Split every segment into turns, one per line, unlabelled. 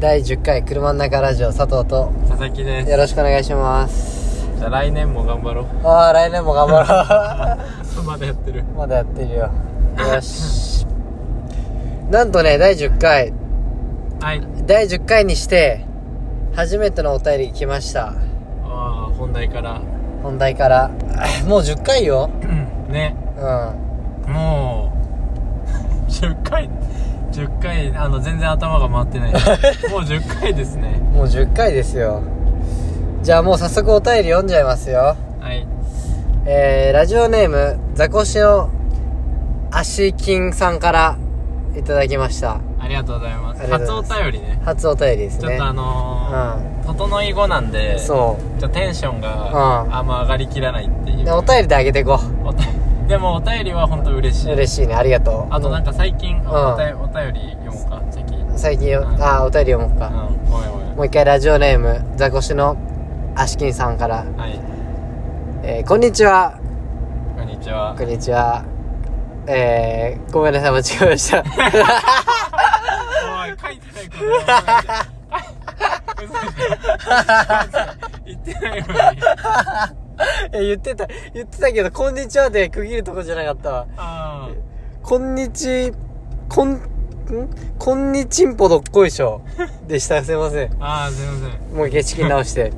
第10回車の中ラジオ佐藤と
佐々木です
よろしくお願いします
じゃあ来年も頑張ろう
ああ来年も頑張ろ
まだやってる
うまだやってるよよしなんとね第10回
はい
第10回にして初めてのお便り来ました
ああ本題から
本題から もう10回よ
ね
うん
もう 10回10回あの全然頭が回っ てないもう10回ですね
もう10回ですよじゃあもう早速お便り読んじゃいますよ
はい
えー、ラジオネームザコシの足金さんからいただきました
ありがとうございます
ありがとう
初お
ございます
便りね
初お便りです
ちょっ
ね
とあのー整い後なんでち
そ
ょっとテンションが
うん
あんま上がりきらないっていう
うでお便りであげていこ
お便りでもお便りは本当嬉し
う
い
嬉しいねありがとう
あとなんか最近
ん
お便お便り読もうか次うん
最近よ
うん
あーお便り読もうか、
おいおい
もう一回ラジオネームザコシの足金さんから、
はい、
えー、こんにちは
こんにちは
こ。んにちはえー、ごめんなさい間違えました
おい、書いてないこと言わないで嘘嘘言ってないのに。
え言ってた言ってたけど「こんにちは」で区切るとこじゃなかったわ
あ
こんにち、こん、んこんにちんぽどっこいしょ。でした。すいません
ー。あー、すいませ
もう景色直 して。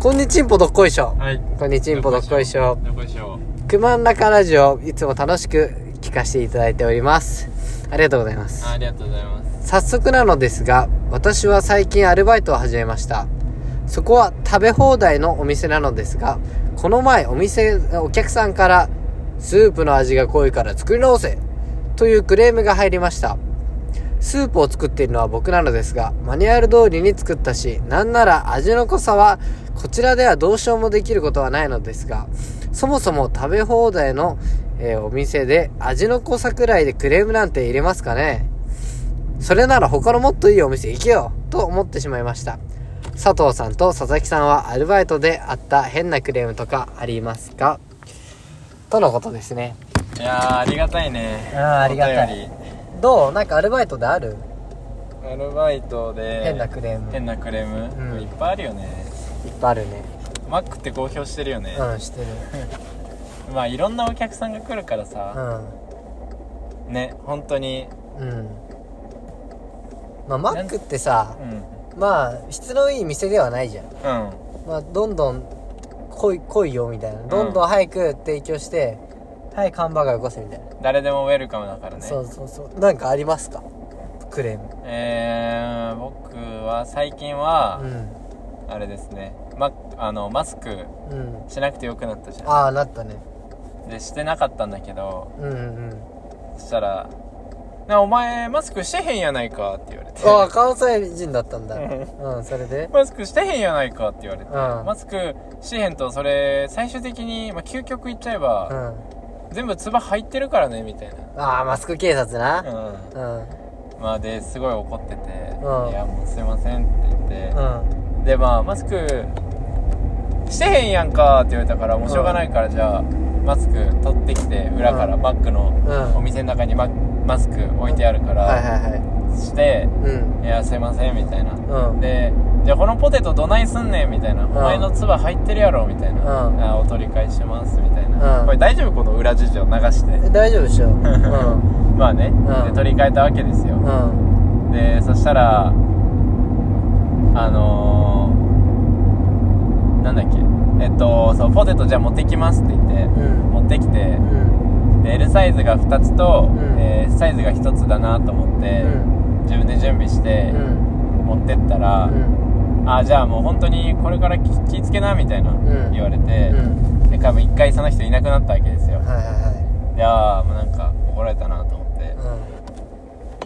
こんにちんぽどっこいしょ
ん。。はい。
こんにちんぽどっこいしょ。
どこしよ
くまんらかラジオ、いつも楽しく聞かせていただいております。ありがとうございま
う。
す
あ。ありがとうございます。
早速なのですが、私は最近アルバイトを始めました。そこは食べ放題のお店なのですが、この前お店、お客さんから、スープの味が濃いから作り直せというクレームが入りました。スープを作っているのは僕なのですが、マニュアル通りに作ったし、なんなら味の濃さは、こちらではどうしようもできることはないのですが、そもそも食べ放題の、えーお店で味の濃さくらいでクレームなんて入れますかねそれなら他のもっといいお店行けよと思ってしまいました。佐藤さんと佐々木さんはアルバイトであった変なクレームとかありますかとのことですね。
いやー、ありがたいね。
あーありがたい
お便
どうなんかアルバイトである、
り。アルバイトで、
変なクレーム。いっ
変なクレーム、
うん
いっぱいあるよね。
ぱいあるね。
マックって公表してるよね。
うん、してる。
まあ、いろんなお客さんが来るから
う
さ、
ん。
ね、本当に、
うん。まあ、マックってさ
う、ん。
まあ、質のいい店ではないじゃん。
うん。
まあ、どんどん来い、来いよみたいな。どんどん早く提供して、はい、看板がよこせみたいな。
誰でもウェルカムだからね。
そうそうそうなんかありますかクレーム
えー、僕は最近は、
う
あれですね、ま、あのマスク
んうん
しなくてよくなったじゃ
ああなったね
んでしてなかったんだけど
うんうんうん
そしたら「なお前マスクしてへんやないか」って言われて
ああ関西人だったんだ
う
うんそれで
マスクしてへんやないか」って言われて、
うん
マスクしてへんとそれ最終的に、まあ、究極言っちゃえ
うん
ば、
あ
全部ツバ入ってるからねみたいな
あマスク警察な
うん
うんうん
まあですごい怒ってて「
うん
いやもうすいません」って言って、
うん
でまあマスクしてへんやんかって言われたからもうしょうがないからじゃあマスク取ってきて裏から
うん
バッグ
うん
のお店の中にママスク置いてあるか
はい
ら
はいはい
して
うん
「いやすいません」みたいな
うん
で「じゃあこのポテトどないすんねん」みたいな「お前の唾入ってるやろ」みたいな
うん
あ「お取り返します」みたい
うん
なこれ大丈夫この裏事情流して
え大丈夫でしょうん
まあね
うん
で取り替えたわけですよ
うん
でそしたらあのー、なんだっけえっとそうポテトじゃあ持ってきますって言って、
うん
持ってきて
うん
で L サイズが2つと、
うん
えーサイズが1つだなと思っ
う
て、
ん
自分で準備して
うん
持ってった
う
ら、
ん
あじゃあもう本当にこれから気気ぃつけなみたいな、
ん
言われ
う
て、
ん
で多分1回その人いなくなったわけですよ
はいは
でああもうなんか怒られたなと思って
い、はい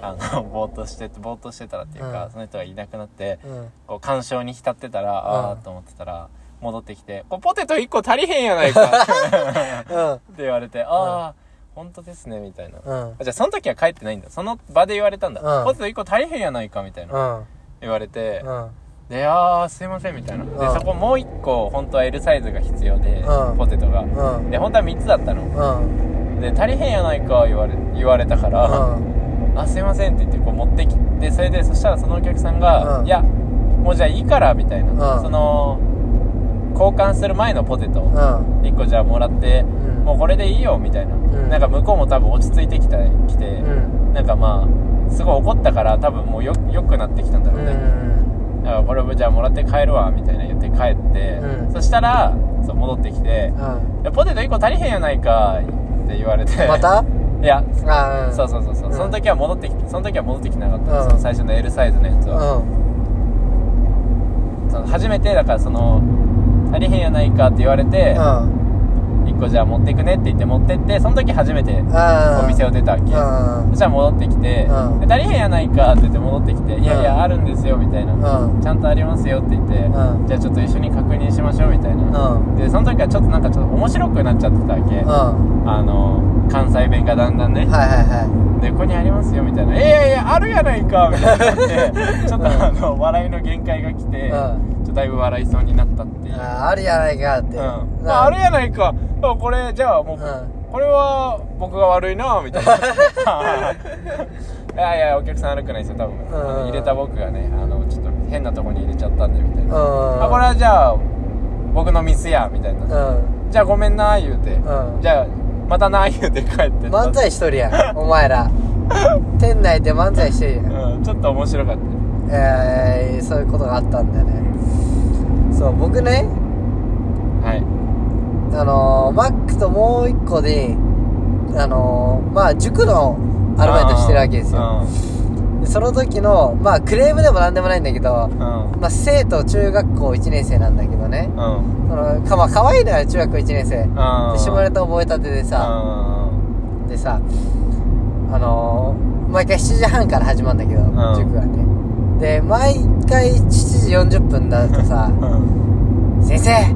あのぼーっとしててぼーっとしてたらっていうか、
うん
その人がいなくなって、
うんうん
こう、干渉に浸ってたら、あ
う
ー
ん
と思ってたら、戻ってきて、これポテト1個足りへんやないか って
うん
言われて、あー、本当ですね、みたいな。
うん
あじゃあ、その時は帰ってないんだ。その場で言われたんだ。
うん
ポテト1個足りへんやないか、みたいな。
うん
言われて、
うん
で、あー、すいません、みたいな。で
うん、
そこもう1個、本当は L サイズが必要で
う、ん
ポテトが。
うん
で、本当は3つだったの。
うん
で、足りへんやないか、言われ、言われたから、
うん
あすいませんって言ってこう持ってきてそれでそしたらそのお客さんが「
うん
いやもうじゃあいいから」みたいな、
うん
その交換する前のポテト
うん
1個じゃあもらって、
ん
もうこれでいいよみたいな、
ん
なんか向こうも多分落ち着いてきたきて、
うん
なんかまあすごい怒ったから多分もうよ良くなってきたんだろうね、
うん
だからこれじゃあもらって帰るわみたいな言って帰って、
うん
そしたらそう戻ってきて
うん
「いやポテト1個足りへんやないか」って言われて
また
いや
あ
そうそうそうそう、
うん
その時は戻ってきその時は戻ってきてなかっ
う
た、
ん
その最初の L サイズのやつ
う
は、
ん
その初めてだからその足りへんやないかって言われて、
うん
1個じゃあ持ってくねって言って持ってってその時初めて
あ
お店を出たわけ、
うん
そしたら戻って
う
きて、
ん
で足りへんやないかって言って戻ってきて、いやいやあるんですよみたいな、
うん
ちゃんとありますよって言って、
うん
じゃあちょっと一緒に確認しましょうみたいな、
うん
でその時はちょっとなんかちょっと面白くなっちゃってたわけ、
うんは
あの関西弁がだんだんね、
いはいは
でここにありますよみたいな「いやいやあるやないか」みたいになってちょっとあの笑いの限界が来て、
うん
ちょっとだいぶ笑いそうになったって
い
い、
う
うん
あーあるやないかって
まあ、あるやないかあこれじゃあもう、
うん
これは僕が悪いなみたい な いやいやお客さん悪くないですよ多分、
ん
あの入れた僕がねあのちょっと変なとこに入れちゃったんでみたいな、
うん
あこれはじゃあ僕のミスやみたいな、
う
じゃあごめんな言うて、
うん
じゃあまたな言うて帰って
ん
った
漫才しとるやんお前 ら店内で漫才してるやん
うんちょっと面白かった
えー、そういうことがあったんだよねそう僕ね
はい
あのー、マックともう一個であのー、まあ塾のアルバイトしてるわけですよでその時のまあクレームでも何でもないんだけど
うんうん
まあ生徒中学校1年生なんだけどね
うん
そのかまあ可愛いのよ中学校1年生で下ネタ覚えたてでさ
うん
でさあのー、毎回7時半から始まるんだけど塾はねで毎回7時40分だと さ
うん
先生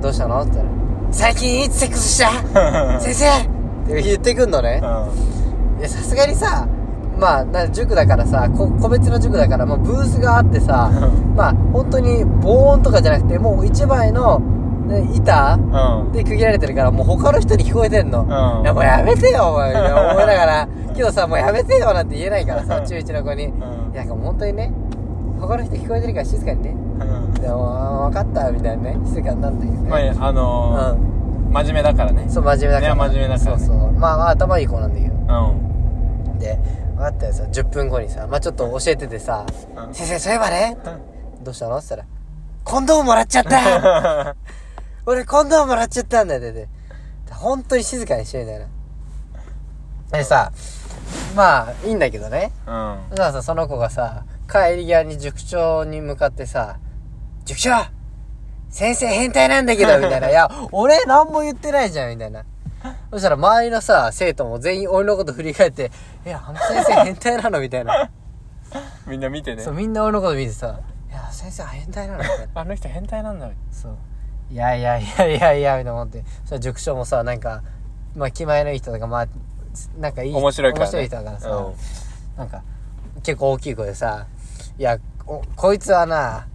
どうしたのって言ったら最近いつセックスした先生って言ってくんのねいやさすがにさまあな塾だからさこ個別の塾だから、まあ、ブースがあってさ
う
まあ本当に防音とかじゃなくてもう一枚の、ね、板
うん
で区切られてるからもう他の人に聞こえてんの、
うん
いやもうやめてよお前いや思いながらけどさもうやめてよなんて言えないからさ中1の子に、い
ん
やなんかもう本当にね他の人聞こえてるから静かにね
うん
でも分かったみたいなね静かになんだけどね、
まああの
う
ー真面目だからね
んそう真面目だから
ね真面目だから
そ
ね
うそうまあまあ頭いい子なんだけど
うん
で分かったよさ10分後にさまあちょっと教えててさ「
うん
先生そういえばね」どうしたの?」って言ったら「コンドームもらっちゃった 俺コンドームもらっちゃったんだよ」って言って本当に静かにしてみたいなでさまあいいんだけどね
うん
だからさその子がさ帰り際に塾長に向かってさ「塾長先生変態なんだけど」みた いな「いや俺何も言ってないじゃん」みたいなそしたら周りのさ生徒も全員俺のこと振り返って「いやあの先生変態なの」みたいな
みんな見て ね
そうみんな俺のこと見てさ「いや先生変態なの」みたい な
あの人変態なんだ
そういやいやいやいやいやみたいな思ってそしたら塾長もさなんかまあ気前のいい人とかまあなんかいい人
面白いからね
面白い人だからさ、
うん
なんか結構大きい声でさ「いやおこいつはな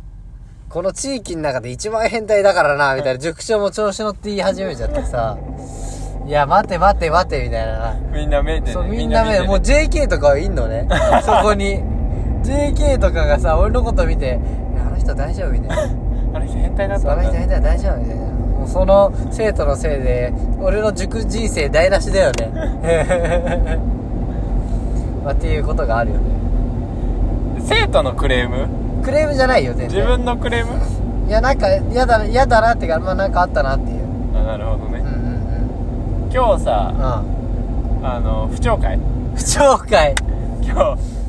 この地域の中で一番変態だからな」みたいな塾長も調子乗って言い始めちゃってさ「いや待て待て待て」みたいな
みんな目でね
そうみんな目
見てね
もう JK とかはいんの ねそこに JK とかがさ俺のこと見て「いやあの人大丈夫」みたい な。
あの人変態だった
あ
ん
の人
だ
変態大丈夫みたいなもうその生徒のせいで俺の塾人生台無しだよ ねまあっていうことがあるよね
生徒のクレーム
クレームじゃないよ全
自
然
分のクレーム
いやなんか嫌だ嫌だなっていうかまあなんかあったなっていう
あなるほど
うんう
ね
ん
今日さ
うん
あの不調会
うん不調会
今日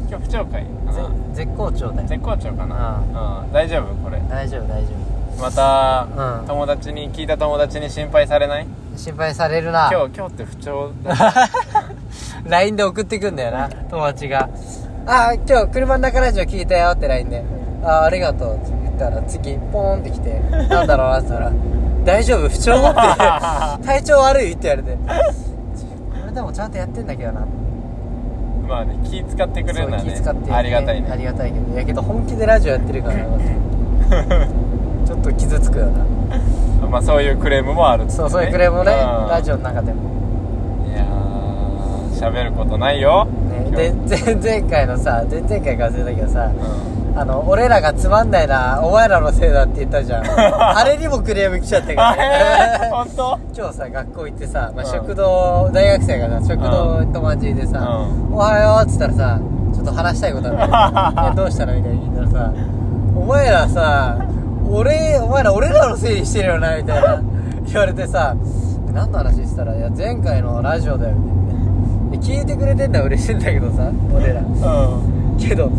今日不調会かな
ぜ絶好調だよ
絶好調かなうん大丈夫これ
大丈夫大丈夫
また、
うん
友達に聞いた友達に心配されない
心配されるな
今日今日って不調 だ
LINE で送ってくんだよな友達が「ああ今日車の中ラジオ聞いたよ」って LINE で「ああありがとう」って言ったら次ポーンってきて「なんだろうな」って 言ったら「大丈夫不調?」って「 体調悪い?」って言われて 「俺でもちゃんとやってんだけどな」
まあね気使ってくれ
そ
る
う
のは
気
ね
使って、
ありがたいね
ありがたいけどいやけど本気でラジオやってるからな ちょっと傷つくよな
まあそういうクレームもあるってね、
そうそういうクレームもねラジ
オ
オの中でも
いやー喋ることないよ、
ね
今日よ
で前々回のさ前々回か忘れたけどさ
うん
あの俺らがつまんないなお前らのせいだって言ったじゃん あれにもクレーム来ちゃった
あ
か
へえ
らね
本当
今日さ学校行ってさ、まあ、
うん
食堂、大学生がな食堂
うん
友達でさ
う
「おはよう」っつったらさちょっと話したいことあって「えどうしたの?」みたいに聞いたらさ「お前らさ俺お前ら俺らのせいにしてるよな」みたいな言われてさ「何の話したらいや前回のラジオだよ」みたいなで聞いてくれてんだ嬉しいんだけどさ俺ら
うん
けど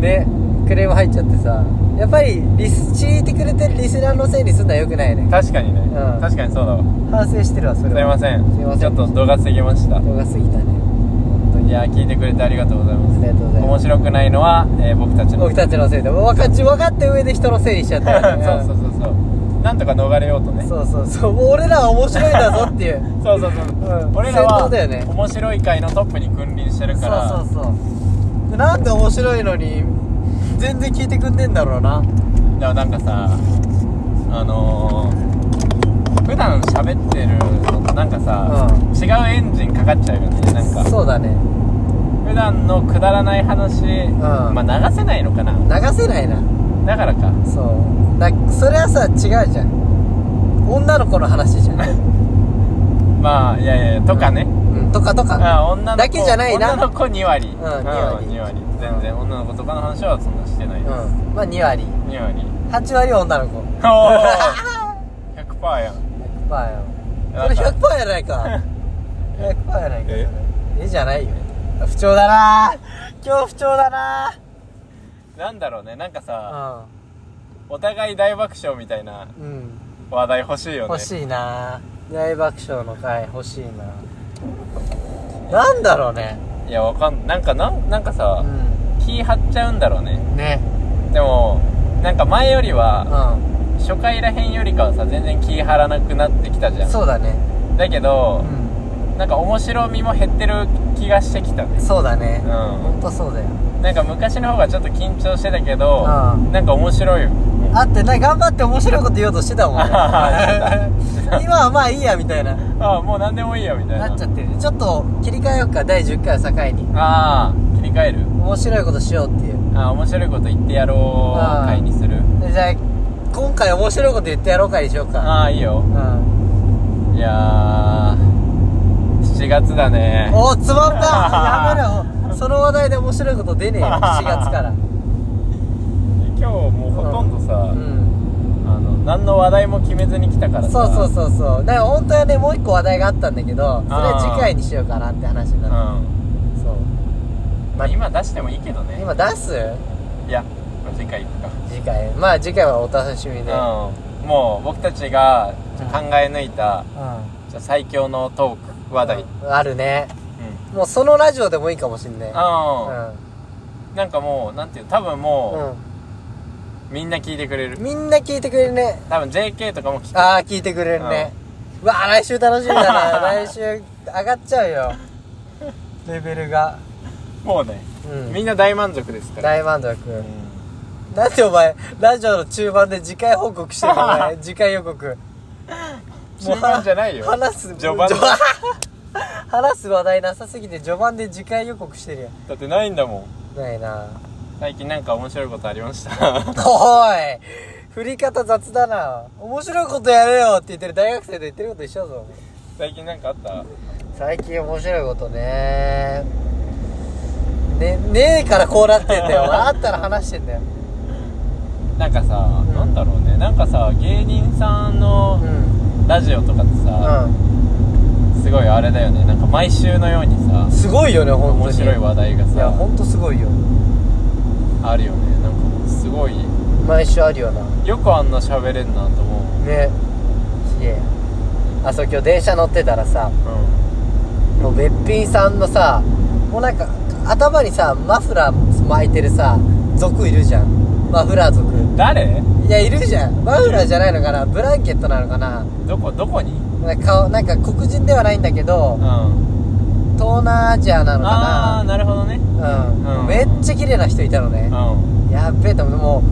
ねクレーム入っちゃってさやっぱりリス聞いてくれてるリスナーのせいにすんのはよくないよね
確かにね、
うん
確かにそうだわ
反省してるわそ
すい
れは
ません
すいません
ちょっと動画過ぎました
動画過ぎたね本当に
いやー聞いてくれてありがとうございます
ありがとうございます
面白くないのは、えー僕たちの
僕たちのせいで分かち分かって上で人のせいにしちゃったからね
そうそうそうそうなんとか逃れようとね
そうそうそうもう俺らは面白いんだぞっていう
そうそうそう、
うん
俺ら
先
は
頭だよね
面白い界のトップに君臨してるから
そうそうそうでなんで面白いのに全然聞いてくんねえんだろうな
でもなんかさあのー、普段喋ってるのとなんかさ、
う
違うエンジンかかっちゃうよねなんか
そうだね
普段のくだらない話、まあ流せないのかな
流せないな
だからか
そうだそれはさ違うじゃん女の子の話じゃん、
まあいやいやとかね、
うん、とかと
あ
か
女の子
だけじゃないな
女の子2割うん
2割
2割全然女の子とかの話はそんなしてないです、
うんまあ2割
2割
8割は女の子
おー100%やん
100%よ
な
そ
ん
れ
か
100%やない か100%やないかそれ
え
えじゃないよ不調だな今日不調だな
なんだろうねなんかさ、お互い大爆笑みたいな
うん、うん、
話題欲しいよね
欲しいな大爆笑の回欲しいななんだろうね
いやわかんなんかなんなんかさ、
う
気張っちゃうんだろうね
んね
でもなんか前より
う
は、
ん
初回らへんよりかはさ全然気張らなくなってきたじゃん
そうだね
だけ
う
ど、
ん
なんか面白みも減ってる気がしてきたね
そうだね
うん
ほんとそうだよ
なんか昔の方がちょっと緊張してたけど、
うん
なんか面白いよ
あってな頑張って面白いこと言おうとしてたもんね
して た
今はまあいいやみたいな
ああもう何でもいいやみたいな
なっちゃってるちょっと切り替えようか第10回を境に
ああ切り替える
面白いことしようっていう
ああ面白いこと言ってやろ
あ
う
ー
会にする
でじゃあ今回面白いこと言ってやろうかにしようか
ああいいよ
うん
いやー7月だね
おおつまんだやめろその話題で面白いこと出ねえよ7月から
今日 もうほとんどさ、
うん
あの何の話題も決めずに来たからさ
そうそうそうそうだから本当はねもう一個話題があったんだけどそれは次回にしようかなって話に
う
なっ
ん
てそう
まあ今出してもいいけどね
今出す
いや、まあ、次回行くか
次回まあ次回はお楽しみで
うんもう僕たちがちょ考え抜いた、
うん
ちょ最強のトーク話題うん
あるねもうそのラジオでもいいかもしんない
あ
うん
ーなんかもうなんていう多分も
う
う、みんな聞いてくれる
ん、みんな聞いてくれるね
多分 JK とかも聞く
ああ聞いてくれるね、うわあ来週楽しみだな来週上がっちゃうよレベルが
もうね、
うん
みんな大満足ですから
大満足、
う ん
なんでお前ラジオの中盤で次回報告してる のお前次回予告
中盤じゃないよ
話す
序盤だ
序 話す話題なさすぎて序盤で次回予告してるや
だってないんだもん
んないな
最近なんか面白いことありました
おい振り方雑だな面白いことやれよって言ってる大学生と言ってること一緒だぞお前
最近なんかあった
最近面白いことねねねえからこうなってん だよあったら話してんだよ
なんかさ、
うん
なんだろうねなんかさ芸人さん
う
の
ん
ラジオとかってさ、すごいあれだよねなんか毎週のようにさ
うんすごいよね本当に
面白い話題が
いや
さ
本当すごいよ
あるよねなんかもうすごい
毎週あるよな
よくあんな喋れんなと思う
ねすげえあそう今日電車乗ってたらさ
う
もうべっぴんさんのさもうなんか頭にさマフラー巻いてるさ族いるじゃんマフラー族
ん誰
いやいるじゃんマフラーじゃないのかなブランケットなのかな
どこどこに
なんか顔なんか黒人ではないんだけど
うんあ
東南アジアなの
あ
か
ーなるほどね
なうん、
うん
めっちゃ綺麗な人いたの
う
ね、
ん
やっべえと思っても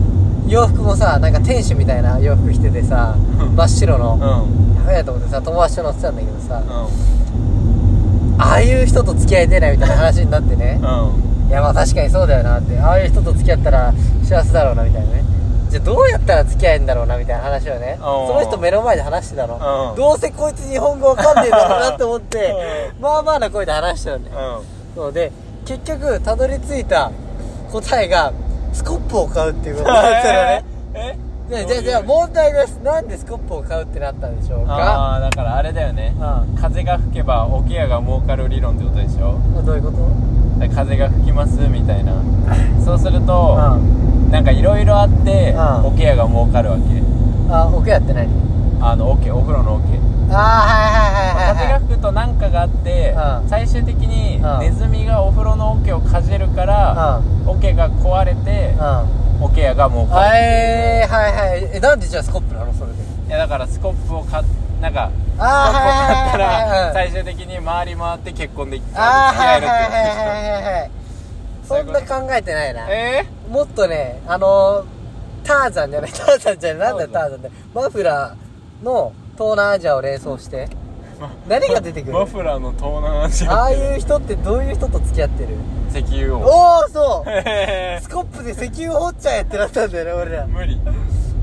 う洋服もさなんか天使みたいな洋服着ててさ
うん
真っ白の、
うん
やべえと思ってさ友達と乗ってたんだけどさ
うん
ああいう人と付き合いてえないみたいな話になってね
う
いやまあ確かにそうだよなってああいう人と付き合ったら幸せだろうなみたいなねじゃあどうやったら付き合えんだろうなみたいな話をねそ
う
の
ん
人目の前で話してたの
うん
どうせこいつ日本語わかんねえだろうなと思ってまあまあな声で話してたんだよ
んうん
そうで結局たどり着いた答えがスコップを買うっていうことだったのね
え
でじゃあじゃあ問題ですなんでスコップを買うってなったんでしょうか
ああだからあれだよね
うん
風が吹けば桶屋が儲かる理論ってことでしょ
どういうこと
で風が吹きますみたいなそうすると
うん
なんかいろいろあって
うん
桶屋が儲かるわけ
あ奥やって何
あの桶お風呂の桶
ああはいはいはいはい
風
は
が
い
吹くとなんかがあって
うん
最終的に
うん
ネズミがお風呂の桶をかじるから桶が壊れて
うんうん
桶屋が儲かる
えー、はいはいえなんでじゃあスコップなのそれで
いやだからスコップを買っなんか
あー
スコップを買った
はいはいはいはい
ら最終的に回り回って結婚でき
あーはい
付き
は
合
いはい
えるってことでしょ
はいはいはいそんな考えてないな
え
もっとねあのー、ターザンじゃないターザンじゃないなんだよタ
タ
ー
ー
ザンってマフラーの東南アジアを連想して何が出てくる
マフラーの東南アジア
ああいう人ってどういう人と付き合ってる
石油を
おおそう
へへ
スコップで石油掘っちゃえってなったんだよね俺ら
無理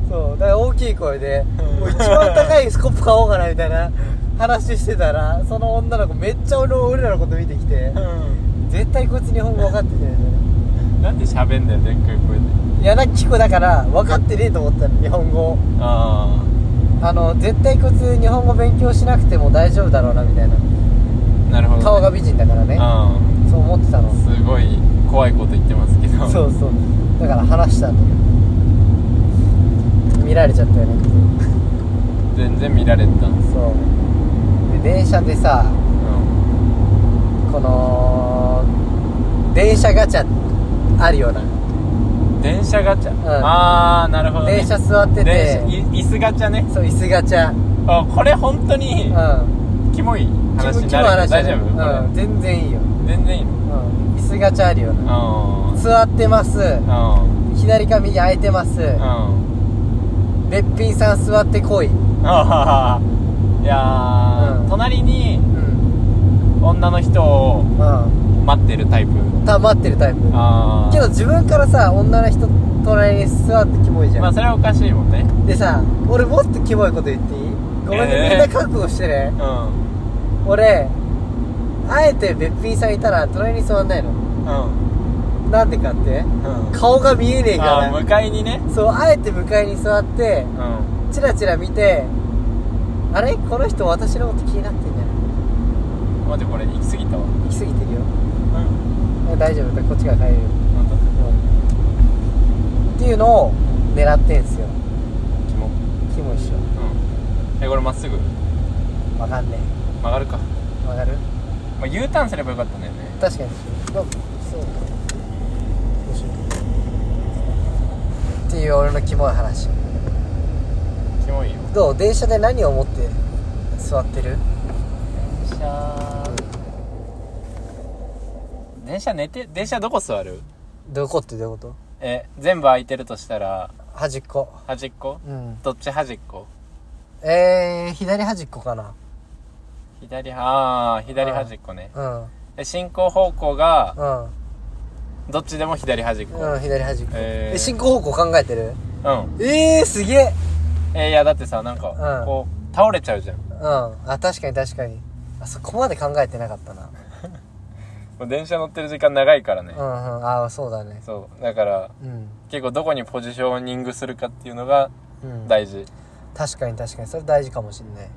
そうだから大きい声で
うん
もう一番高いスコップ買おうかなみたいな話してたらその女の子めっちゃ俺の俺らのこと見てきて
う
絶対こいつ日本語分かってね
んなんで喋んだよでっかい声で
えないやなき子だから分かってねえと思ったの日本語
あ
あの絶対こいつ日本語勉強しなくても大丈夫だろうなみたいな
あなるほど、ね、
顔が美人だからね
う
そう思ってたの
んすごい怖いこと言ってますけど
そううそうだから話したんだけど見られちゃったよね
全然見られてたんです
そうで電車でさ
うん
この電車ガチャあるような
電車ガチャ、
ん
ああなるほど、ね、
電車座ってて
電車い椅子ガチャね
そう椅子ガチャ
あこれ本当に
うん
キモい話
気分
に
気分
なる
話だ
けど大
ね
丈夫、
う
こ
ん全然いいよ、
れ全然いいの
うん、椅子ガチャあるような
うん
座ってます
うん
左か右空いてます
うん
べっぴんさん座ってこいうん
あ あいやー、
うん
隣に
うん
女の人を待ってるタイプ
た待ってるタイプ
ああ
けど自分からさ女の人隣に座ってキモいじゃん、
まあそれはおかしいもんね
でさ俺もっとキモいこと言っていいごめんね、
えー
みんな覚悟してね
うん
俺あえてべっぴんさんいたら隣に座んないの
うん
なんでかって
うん
顔が見えねえか
ああ
ら
向かいにね
そうあえて向かいに座って
うん
チラチラ見てあれこの人私のこと気になってんじゃん
待ってこれ行き過ぎたわ
行き過ぎてるよ
うん
え大丈夫だこっちが帰れる
また
うんっていうのを狙ってんすよ
キモうん
キモいっし
えこれまっすぐ
ょわかんね
曲がるか、
えわかる
まあ、U ターンすればよかったんだよね
確かにまあそうどうしようっていう俺のキモい話
キモいよ
どう電車で何を持って座ってる
電車電車寝て電車どこ座る
どこってどういうこと
え全部空いてるとしたら
端っこ
端っこ
うん
どっち端っこ
えー、左端っこかな
左ああ左端っこね
うん
で進行方向が
うん
どっちでも左端っこ
うん、左端っこ。
えー
え、進行方向考えてる
うん
ええー、すげえ
えーいやだってさなんか
ん
こう倒れちゃうじゃん
うん。あ、確かに確かに。あ、そこまで考えてなかったな。
もう電車乗ってる時間長いからね
うんうん、あそうだね。
そうだから
うん。
結構どこにポジショニングするかっていうのが
うん。
大事
確かに確かに。それ大事かもしんない。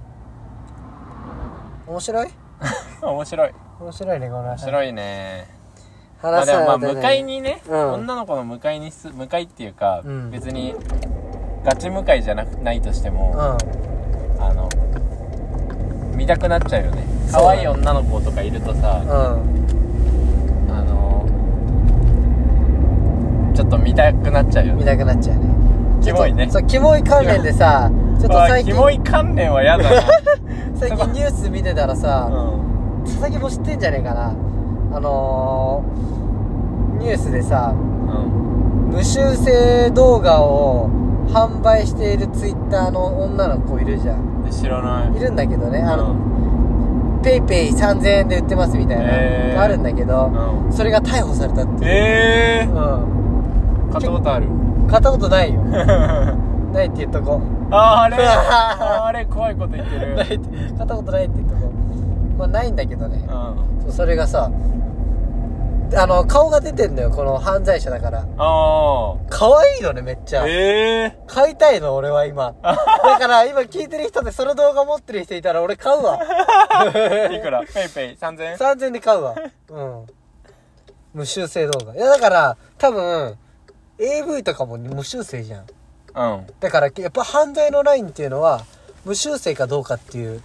面白い
面白い
面白いね、この
面
話。
白いねまあ
話
で
さ
も
ない
まあ
とね
向かい。にね
うん
女の子の向かいにす向かいっていうか
うん
別にガチ向かいじゃなくないとしても
う
あの見たくなっちゃうよね
そう
可愛い女の子とかいるとさ
ん。うん。
あのちょっと見たくなっちゃうよ
見
ね
たくなっちゃうね。
キモいね
ちょっとそう、キモい関連でさ、ちょっと
わあ
最
キモ
近、
い関連は やだ
最近ニュース見てたらさ、
な、うん、
佐々木も知ってんじゃねえかなあのー、ニュースでさ
うん、
無修正動画を販売しているツイッターの女の子いるじゃん
知らない
いるんだけどねあの、ペイペイ3000円で売ってますみたいな、
へー
があるんだけど、
う
それが逮捕されたっていう、
ええ
う
ー、買ったことある
ん買ったことない よないって言っとこ
あーあれあれ怖いこと言ってる
ないって買ったことないって言っとこまあないんだけどね
う、ん
そうそれがさあの顔が出てんのよこの犯罪者だから
あ
可愛いよねめっちゃ
あええ
買いたいの俺は今だから今聞いてる人でその動画持ってる人いたら俺買うわ
ー、い くらペイペイ3000円
3000円で買うわ。うん。無修正動画。いや、だから、多分、AV とかも無修正じゃん。
うん
だから、やっぱ犯罪のラインっていうのは、無修正かどうかっていう。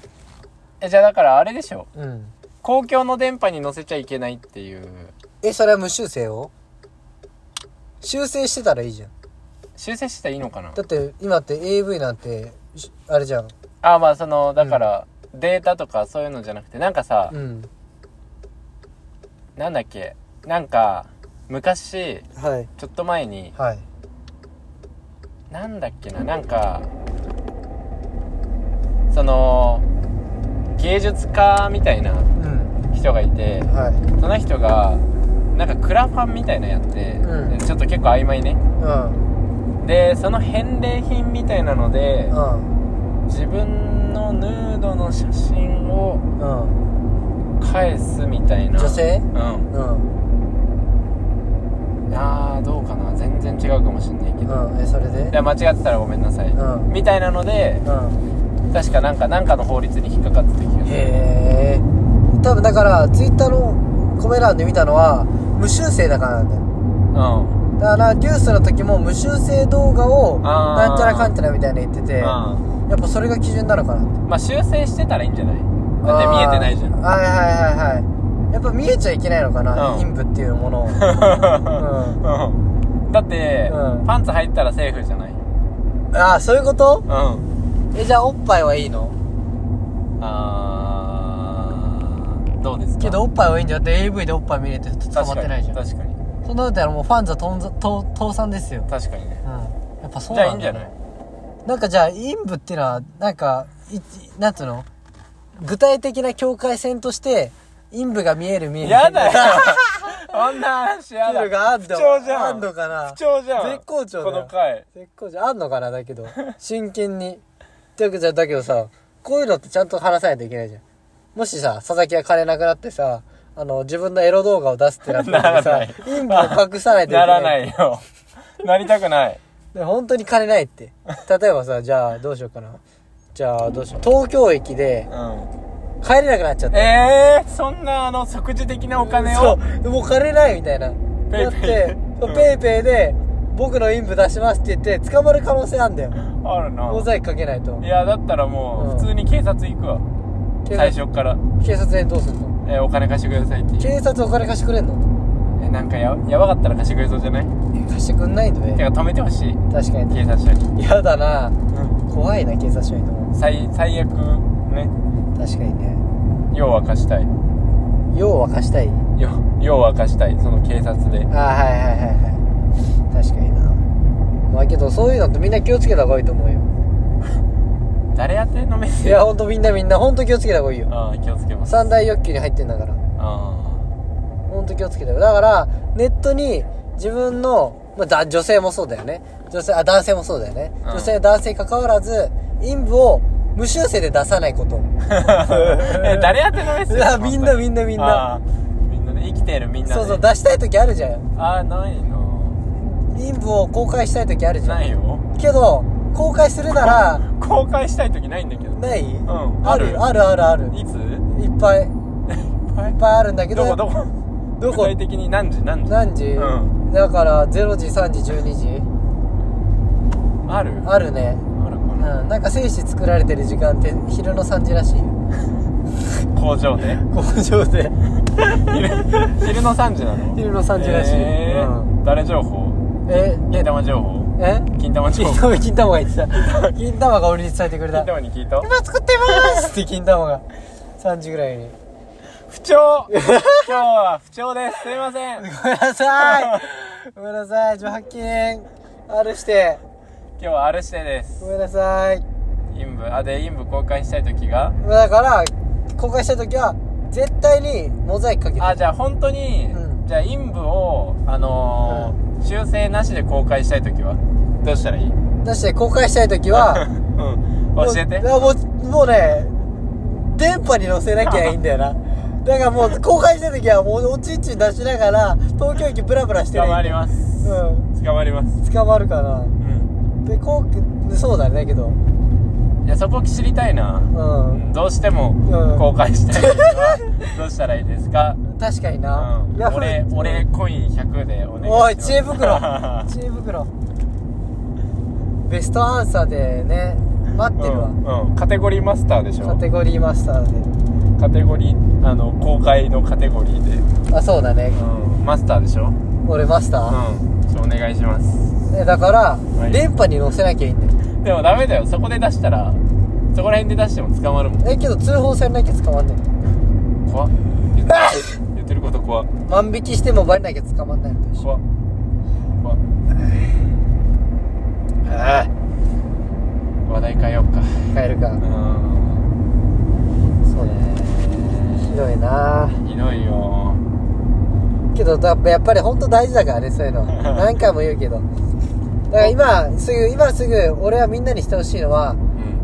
えじゃあだからあれでしょ
うん。
公共の電波に乗せちゃいけないっていう
え、それは無修正を修正してたらいいじゃん。
修正したらいいのかな
だって、今って AV なんて、しあれじゃん。
あまあそのだから、データとかそういうのじゃなくてなんかさ、
うん。
なんだっけなんか昔
はい。
ちょっと前に
はい。
なんだっけななんかその芸術家みたいな
うん。
人がいて
はい。
その人がなんかクラファンみたいなのやって、
うん
ちょっと結構曖昧ね
うん。
でその返礼品みたいなので
うん。
自分のヌードの写真
う
を
ん。
返すみたいな
女性
うん
うん。
あーどうかな全然違うかもしんないけど、
うん。え、それ
いや
で
間違ってたらごめんなさい、
うん。
みたいなので
うん。
確かなんかなんかの法律に引っかかってた気がする
へえ多分だからツイッターのコメ欄で見たのは無修正だからなんだよ
うん
だからニュースの時も無修正動画を
あー
なんちゃらかんちゃらみたいなの言っててや
あー
っぱそれが基準なのかなって
まあ修正してたらいいんじゃないだって見えてないじゃ ん
あーはいはいはいはいやっぱ見えちゃいけないのかな、
うん
陰部っていうも のをう
うんだって、
うん
パンツ入ったらセーフじゃない
んああそういうこと
うん
えじゃあおっぱいはいいの
あーどうですか
けどおっぱいはいいんだよだって AV でおっぱい見れて捕まってないじゃん
確かに
そんなことやらもうファンザとんざと倒産ですよ
確かにね
うんやっぱそう
じゃあい
ないん
ん
だ
じゃ
よ
ない
なんかじゃあ陰部っていうのはなんかいいなんつうの具体的な境界線として陰部が見える見えない
やだよ そんな話
っ
や
てい
だ
うのがあんの
不調じゃん
あんのかな
不調じゃん
絶好調だ
こ
よ
の回
絶好調あんのかなだけど真剣にってわけじゃだけどさこういうのってちゃんと話さないといけないじゃんもしさ佐々木が金なくなってさあの自分のエロ動画を出すってなった
なら
ら
な
さ
い
陰部を隠さないといけな
ないらないよなりたくない
で本当に金ないって例えばさじゃあどうしようかなじゃあどうしよう東京駅で
うん
帰れなくなっちゃった
ええー、そんなあの即時的なお金を
そうもう金ないみたいな
ペイペイ
だってそうペイペイで僕の陰部出しますって言って捕まる可能性あんだよ
あるな
モザイクかけないと
いやだったらも
うん
う普通に警察行くわ、
警
最
察
初っから、
警察でどうすんの
えーお金貸してくださいって言う
警察お金貸してくれんの
えなんかややばかったら貸してくれそうじゃない
え貸してくんないの
て
ね
か止めてほしい
確かに
警察署に、
嫌だな怖いな警察署にとも
最最悪ね
確かにね
用は貸したい
用は貸したい
用用は貸したいその警察で
ああはいはいはいはい確かになまあけどそういうのってみんな気をつけた方がいいと思うよ
誰宛てのメッセー
い
ジ
やほんとみんなみんなほんと気をつけた方がいいよ
ああ気をつけます
三大欲求に入ってんだから
あ
ほんと気をつけてよだからネットに自分の、まあ、だ女性もそうだよね女性あ男性もそうだよね、
うん
女性男性関わらず陰部を無修正で出さないこと
ーえ誰宛てのメッセ
い
ージ
やみんなみん
な
なみんな
みんなね生きてるみんな、ね、
そうそう出したい時あるじゃん
ああないの
陰部を公開したい時あるじゃん
ないよ
けど公開するなら
公開したい時ないんだけど
ない、
ん
あるあ
あ
るあるある
いつ
いっぱいいっ
はい
ぱいあるんだけど
どこどこ
どこ
具体的に何時何時
何時、
う
だから0時3時12時
ある
あるね
あるか
うん
な、
なんか精子作られてる時間って昼の3時らしいよ
工場で
工場で
昼昼の3時なの
昼の3時らしい
えー
う
誰情報
え
金玉情報
え
金玉情
金
報
玉金玉が言ってた金玉が俺に伝えてくれた
金玉に聞いた
今作ってますって金玉が3時ぐらいに
不 調今日は不調ですすいません今
ごめんなさいごめんなさい18禁あるして
日はあるしてです
ごめんなさい
陰部あで陰部公開したい時が
だから公開した時は絶対にモザイクかけて
あじゃあ本当に、
うん
じゃあ陰部をあのー修正なしで公開したい時はどうした らいい
出して公開したい時は
うん 教えて
もうもうもうね電波に乗せなきゃいいんだよなだからもう公開したい時はもうおちんちん出しながら東京駅ブラブラして
捕まり
ね
ます、捕まります
うん捕まるかな
うん
でこうそうだねけど
いやそこ知りたいな、
うん、
どうしても
うん
公開したい時はどうしたらいいですか、
確かに
う
な、
ん
いや、
俺
これ
俺コイン100でお願いします
おい知恵 袋
う
知恵袋ベストアンサーでね待ってるわ、
ん、うんカテゴリーマスターでしょ
カテゴリーマスター
カテゴリーあの公開のカテゴリーで、
であそうだね
うん、マスターでしょ
俺マスター、
うんちょお願いします
えだから、
い
電波に乗せなきゃいいんだよ
でもダメだよそこで出したらそこら辺で出しても捕まるもん
えけど通報されなきゃ捕まんない
怖っ言って 言ってること怖っ
万引きしてもバレなきゃ捕まんないのと一緒
怖っ怖っ
あ
話題変えようか
あ帰るか
うん
そうねひどいな
ひどいよ
けどだやっぱり本当大事だからねそう いうの何回も言うけどだから今すぐ今すぐ俺はみんなにしてほしいのは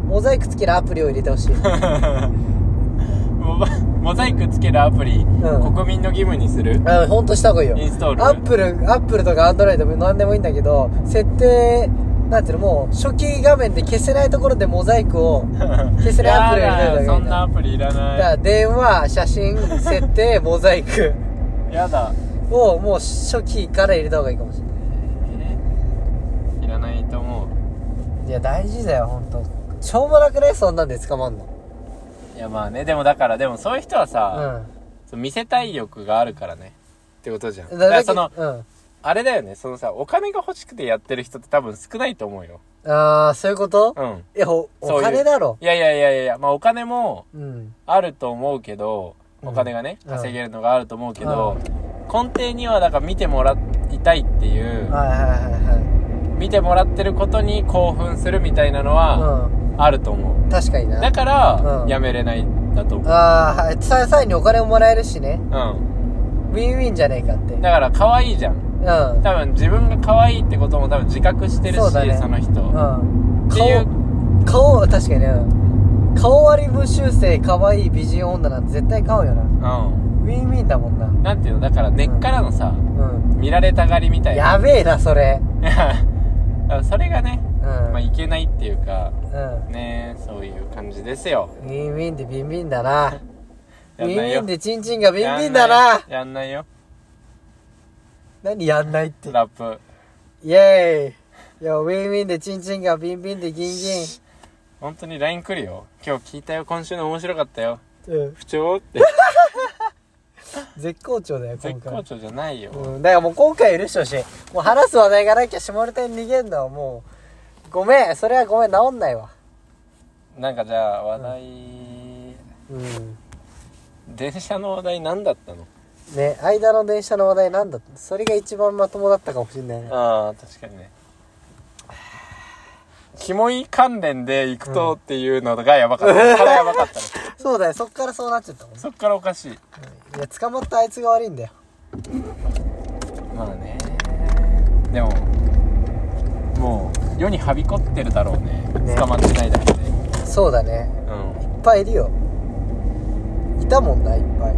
うん
モザイク付きのアプリを入れてほしい
モバモザイクつけるアプリ、
ん
国民の義務にする
あの本当した方がいいよ
インストール
アップルアップルとかアンドロイドも何でもいいんだけど設定なんていうのもう初期画面で消せないところでモザイク を消せないアプリを入れ
や
る
だ
だ
そ
け
んなアプリいら
だから
ない
電話写真設定モザイク
やだ
をもう初期から入れた方がいいかもしれな
えいらないと思
いいや大事だよ本当しょうもなくねそんなんで捕まんの
ういやまあねでもだからでもそういう人はさ、
う
そう見せたい欲があるからねってことじゃんだ
ん
からその
うん
あれだよねそのさお金が欲しくてやってる人って多分少ないと思うよ
ああそういうこと、
うん
いやお
そういう
お金だろ
いやいやいやいやいやまあお金も
うん
あると思うけどお金がね、
うん
稼げるのがあると思うけど、根底にはだから見てもらいたいっていう、
はいはいは
見てもらってることに興奮するみたいなの
い
は
はい
あると思
うん確かに
うだ
な
から、
うん
やめれないんだと思う
ああはいささらにお金ももらえるしね
うん
ウィンウィンじゃねえかってうん
だから可愛いじゃん多分自分が可愛いってことも多分自覚してるし
そう
そ,、
だね
の
う
人、
ん
っていう
顔顔確かにねうん顔割り無修正可愛い美人女なんて絶対買うよな
う。
ウィンウィンだもんなん
なんていうのだから根っからのさ、
う
見られたがりみた
ん
いな。
やべえなそれ
それがね、
うん、
まあ、いけないっていうか、
うん
ねそういう感じですよ。
ウィンウィンでビンビンだなウ
やん
ィンウ
ない
ィ
よ。
ンでチンチンがビンビンだな
やんないよ。
何やんないって
ラップ。
イェーイいやウィンウィンでチンチンがビンビンでギンギ
本当に LINE 来るよ。今日聞いたよ。今週の面白かったよ。
ン、うん、
不調って。
絶好調だよ今
絶好
回
調じゃないよ。
うん、だからもう今回許してほしいもう話す話題がなきゃ下ネタに逃げんのはもうごめんそれはごめん治んないわ
なんかじゃあ、話題、
うん
電車の話題何だったの
ね間の電車の話題なんだったそれが一番まともだったかもしれないね
ああ、確かにね。キモい関連で行くとっていうのがやばかった。それやばかったね。
そうだよそっからそうなっちゃったもんね
そっからおかし
い
い。
や捕まったあいつが悪いんだよ
まあねでももう世にはびこってるだろうね
ね
捕まってないだけで
そうだね
うん
いっぱいいるよいたもんないっぱ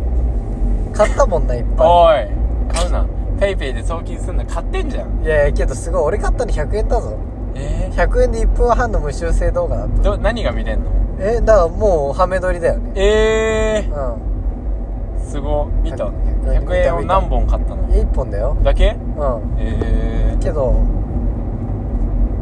い買ったもんないっぱ
おい買うなペイペイで送金すんの買ってんじゃん
いいやいやけどすごい俺買ったの100円だぞ
え
100円で1分半の無修正動画だった
ー、ど何が見れんの
えだからもうハメ撮りだよね
ええ
う
ー、すご見た
100円
100円を何本買った
ん
の
1本だよ
だけ
う
え
んけど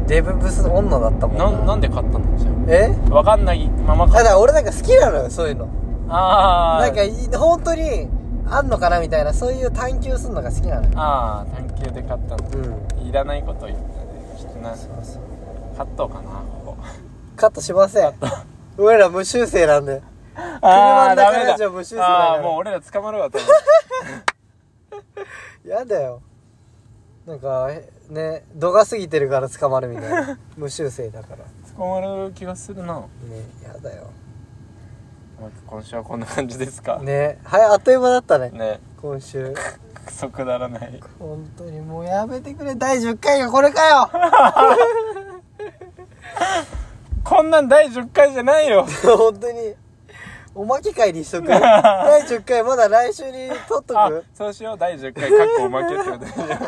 デブブス女だった
ー、
もん
ななん
で
で買ったのじゃ
え
あわかんないまま
あだ
買っ
から俺なんか好きなのよそういうの
たあ
な
あ
んかい本当にあんのかなみたいなそういう探求するのが好きなのよ
ああ探求で買ったの
うん
いらないこと言ったねちょっとな
そうそう
カットかなここ
カットしません俺ら無修正なんで
あ
車の
あ
中の
ダメ
やつ
だ
は無臭する
ああもう俺ら捕まるわ多分
やだよなんかえね度が過ぎてるから捕まるみたい な無修正だからね
捕まる気がするな
やだよ
まあ今週はこんな感じですか
ねはいあっという間だったね
ね
今週
クソくだらない
本当にもうやめてくれ第10回がこれかよ
こんなん第10回じゃないよ
本当におまけ会にしと く第10回まだ来週に撮っと
あ
く
そうしよう第10回かっこおまけってことで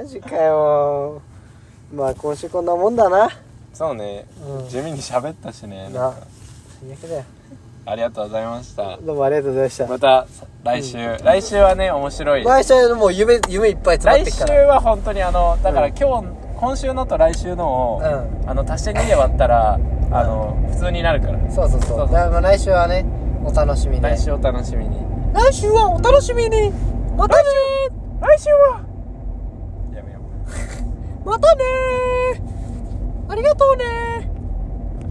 マジかよまあ今週こんなもんだな
そうね
うん
地味に喋ったしねな
なん
か
最悪だよ
ありがとうございました
どうもありがとうございました
また来週、来週はね面白い
毎週もう夢夢いっぱい詰まっ
来
てっ
週
から
は本当にあのだから
うん
今日、今週のと来週のを、
う
あの足して2で割ったらあの普通になるから
そうそう
そ
そう
そう
うだからまあ来週はねお楽しみに
来週お楽しみに
来週はお楽しみにまたね
来週はやめよう
またねありがとうね